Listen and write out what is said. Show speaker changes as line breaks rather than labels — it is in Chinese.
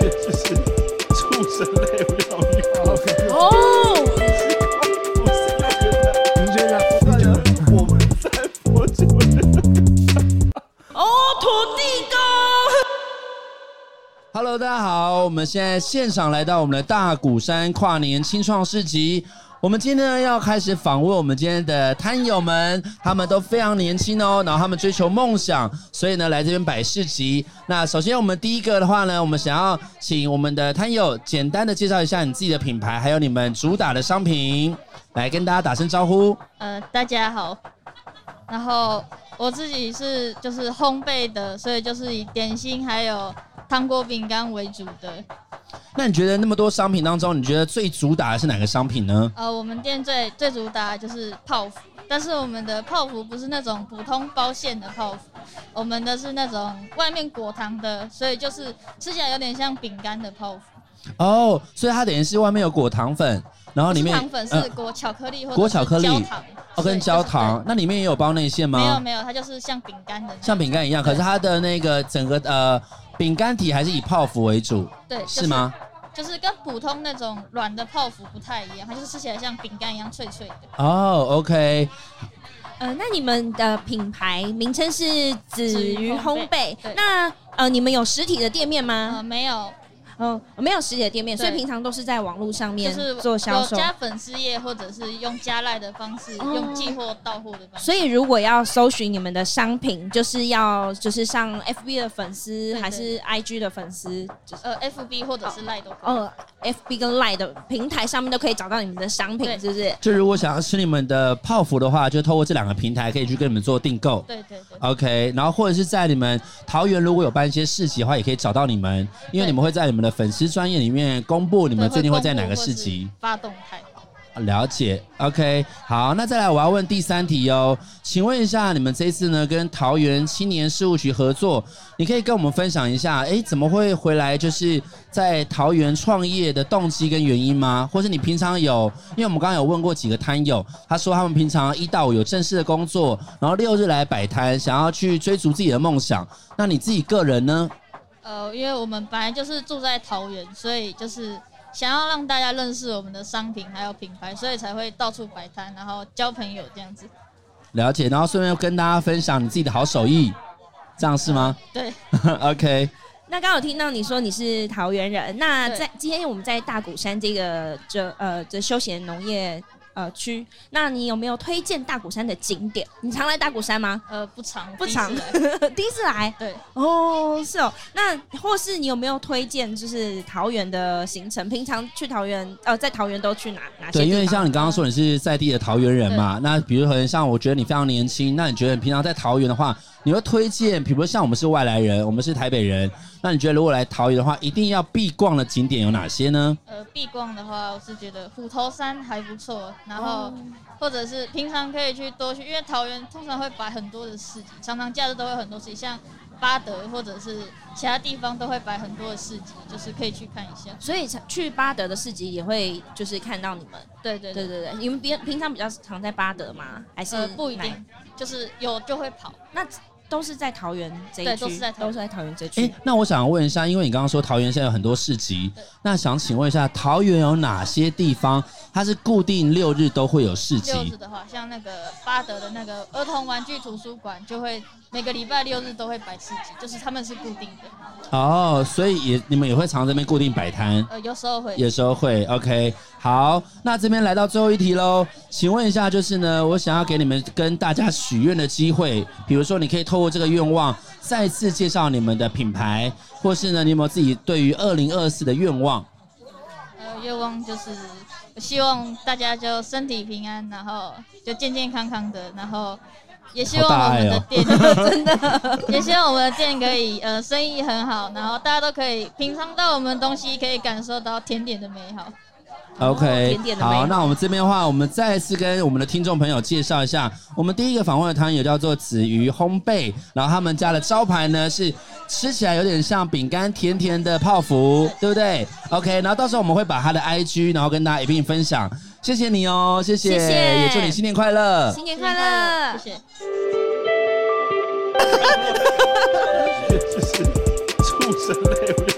这是畜生类疗愈。
哦，
我们在佛祖的
哦，土地公，
Hello，大家好，我们现在现场来到我们的大鼓山跨年青创市集。我们今天呢要开始访问我们今天的摊友们，他们都非常年轻哦，然后他们追求梦想，所以呢来这边摆市集。那首先我们第一个的话呢，我们想要请我们的摊友简单的介绍一下你自己的品牌，还有你们主打的商品，来跟大家打声招呼。
呃，大家好。然后我自己是就是烘焙的，所以就是以点心还有糖果、饼干为主的。
那你觉得那么多商品当中，你觉得最主打的是哪个商品呢？
呃，我们店最最主打的就是泡芙，但是我们的泡芙不是那种普通包馅的泡芙，我们的是那种外面裹糖的，所以就是吃起来有点像饼干的泡芙。
哦、所以它等于是外面有裹糖粉，然后
不
里
是
面
糖粉
嗯
是裹巧克力或者
裹
是
巧克力
焦糖，
哦，跟
对
焦糖，，那里面也有包内馅
就是对没有
吗？
没有，它就是像饼干的那种，
像饼干一样，可是它的那个整个呃饼干体还是以泡芙为主，
对，就是
吗？
就是跟普通那种软的泡芙不太一样，它就是吃起来像饼干一样脆脆的。
哦，OK，
呃，那你们的品牌名称是子鱼烘焙
对，
那呃，你们有实体的店面
呃，
嗯
吗？
没有，
嗯、没有实体的店面，所
对
以平常都是在网络上
就
面
是
做销
有
售。
加粉丝页，或者是用加赖的方式，
哦
用寄货到货的方式。
所以如果要搜寻你们的商品，就是要就是上 FB 的粉丝
对
还是 IG 的粉丝，就是
呃，FB 或者是赖都可以。
哦 FB 跟 Line 的平台上面都可以找到你们的商品，
对
是不是？
就如果想要吃你们的泡芙的话，就透过这两个平台可以去跟你们做订购。
对对
哦
对，
OK，然后或者是在你们桃园如果有办一些市集的话，也可以找到你们，因为
对
你们会在你们的粉丝专业里面公布你
你
们最近会在哪个市集。
发动态？
了解，OK，好，那再来我要问第三题哦，请问一下，你们这次呢跟桃园青年事务局合作，你可以跟我们分享一下，诶，怎么会回来就是在桃园创业的动机跟原因吗？或是你平常有，因为我们刚刚有问过几个摊友，他说他们平常一到五有正式的工作，然后六日来摆摊，想要去追逐自己的梦想，那你自己个人呢？
呃，因为我们本来就是住在桃园，所以就是想要让大家认识我们的商品还有品牌，所以才会到处摆摊，然后交朋友这样子。
了解，然后顺便跟大家分享你自己的好手艺，这样是吗
对，
？OK。
那刚好听到你说你是桃园人，那
对
在今天我们在大鼓山这个这呃这休闲农业呃区，那你有没有推荐大鼓山的景点？你常来大鼓山 吗？
呃，不长，
不
第一次
长
来
第一次来
对，
哦，是哦。那或是你有没有推荐就是桃园的行程？平常去桃园呃，在桃园都去哪哪些地
对，
方？
因为像你刚刚说你是在地的桃园人嘛，那比如可能像我觉得你非常年轻，那你觉得你平常在桃园的话，你会推荐，比如像我们是外来人，我们是台北人，那你觉得如果来桃园的话，一定要必逛的景点有哪些呢？
呃，必逛的话，我是觉得虎头山还不错，然后
哦
或者是平常可以去多去，因为桃园通常会摆很多的市集，常常假日都会有很多市集，像巴德或者是其他地方都会摆很多的市集，就是可以去看一下。
所以去巴德的市集也会就是看到你们。
对对
对
对，
对对，你们平平常比较常在巴德吗？还是、
呃，不一定，就是有就会跑。
那都是在桃园这一区，
对都是在桃园
都是在桃园这
诶，
区。
那我想问一下，因为你刚刚说桃园现在有很多市集
对，
那想请问一下，桃园有哪些地方它是固定六日都会有市
六日
集？
的话，像那个巴德的那个儿童玩具图书馆，就会每个礼拜六日都会摆市集，就是他们是固定的，
哦，所以也你们也会常这边固定摆摊？
呃，有时候会。
有时候会，OK，好，那这边来到最后一题喽，请问一下，就是呢，我想要给你们跟大家许愿的机会，比如说你可以透过这个愿望再次介绍你们的品牌，或是呢，你有没有自己对于二零二四的愿望？
呃，愿望就是呃我希望大家就身体平安，然后就健健康康的，然后也希望我们的店真的，也希望我们的店可以呃生意很好，然后大家都可以品尝到我们东西，可以感受到甜点的美好。
OK，
哦甜点的美
好，
好
那我们这边的话，我们再次跟我们的听众朋友介绍一下，我们第一个访问的汤也叫做子鱼烘焙，然后他们家的招牌呢是吃起来有点像饼干，甜甜的泡
嗯
芙，对不对？OK，然后到时候我们会把他的 IG，然后跟大家一并分享。谢谢你哦，谢谢，
谢谢
也祝你新年快乐。
新年快乐！
谢谢。
就是畜生类不了。
哦哦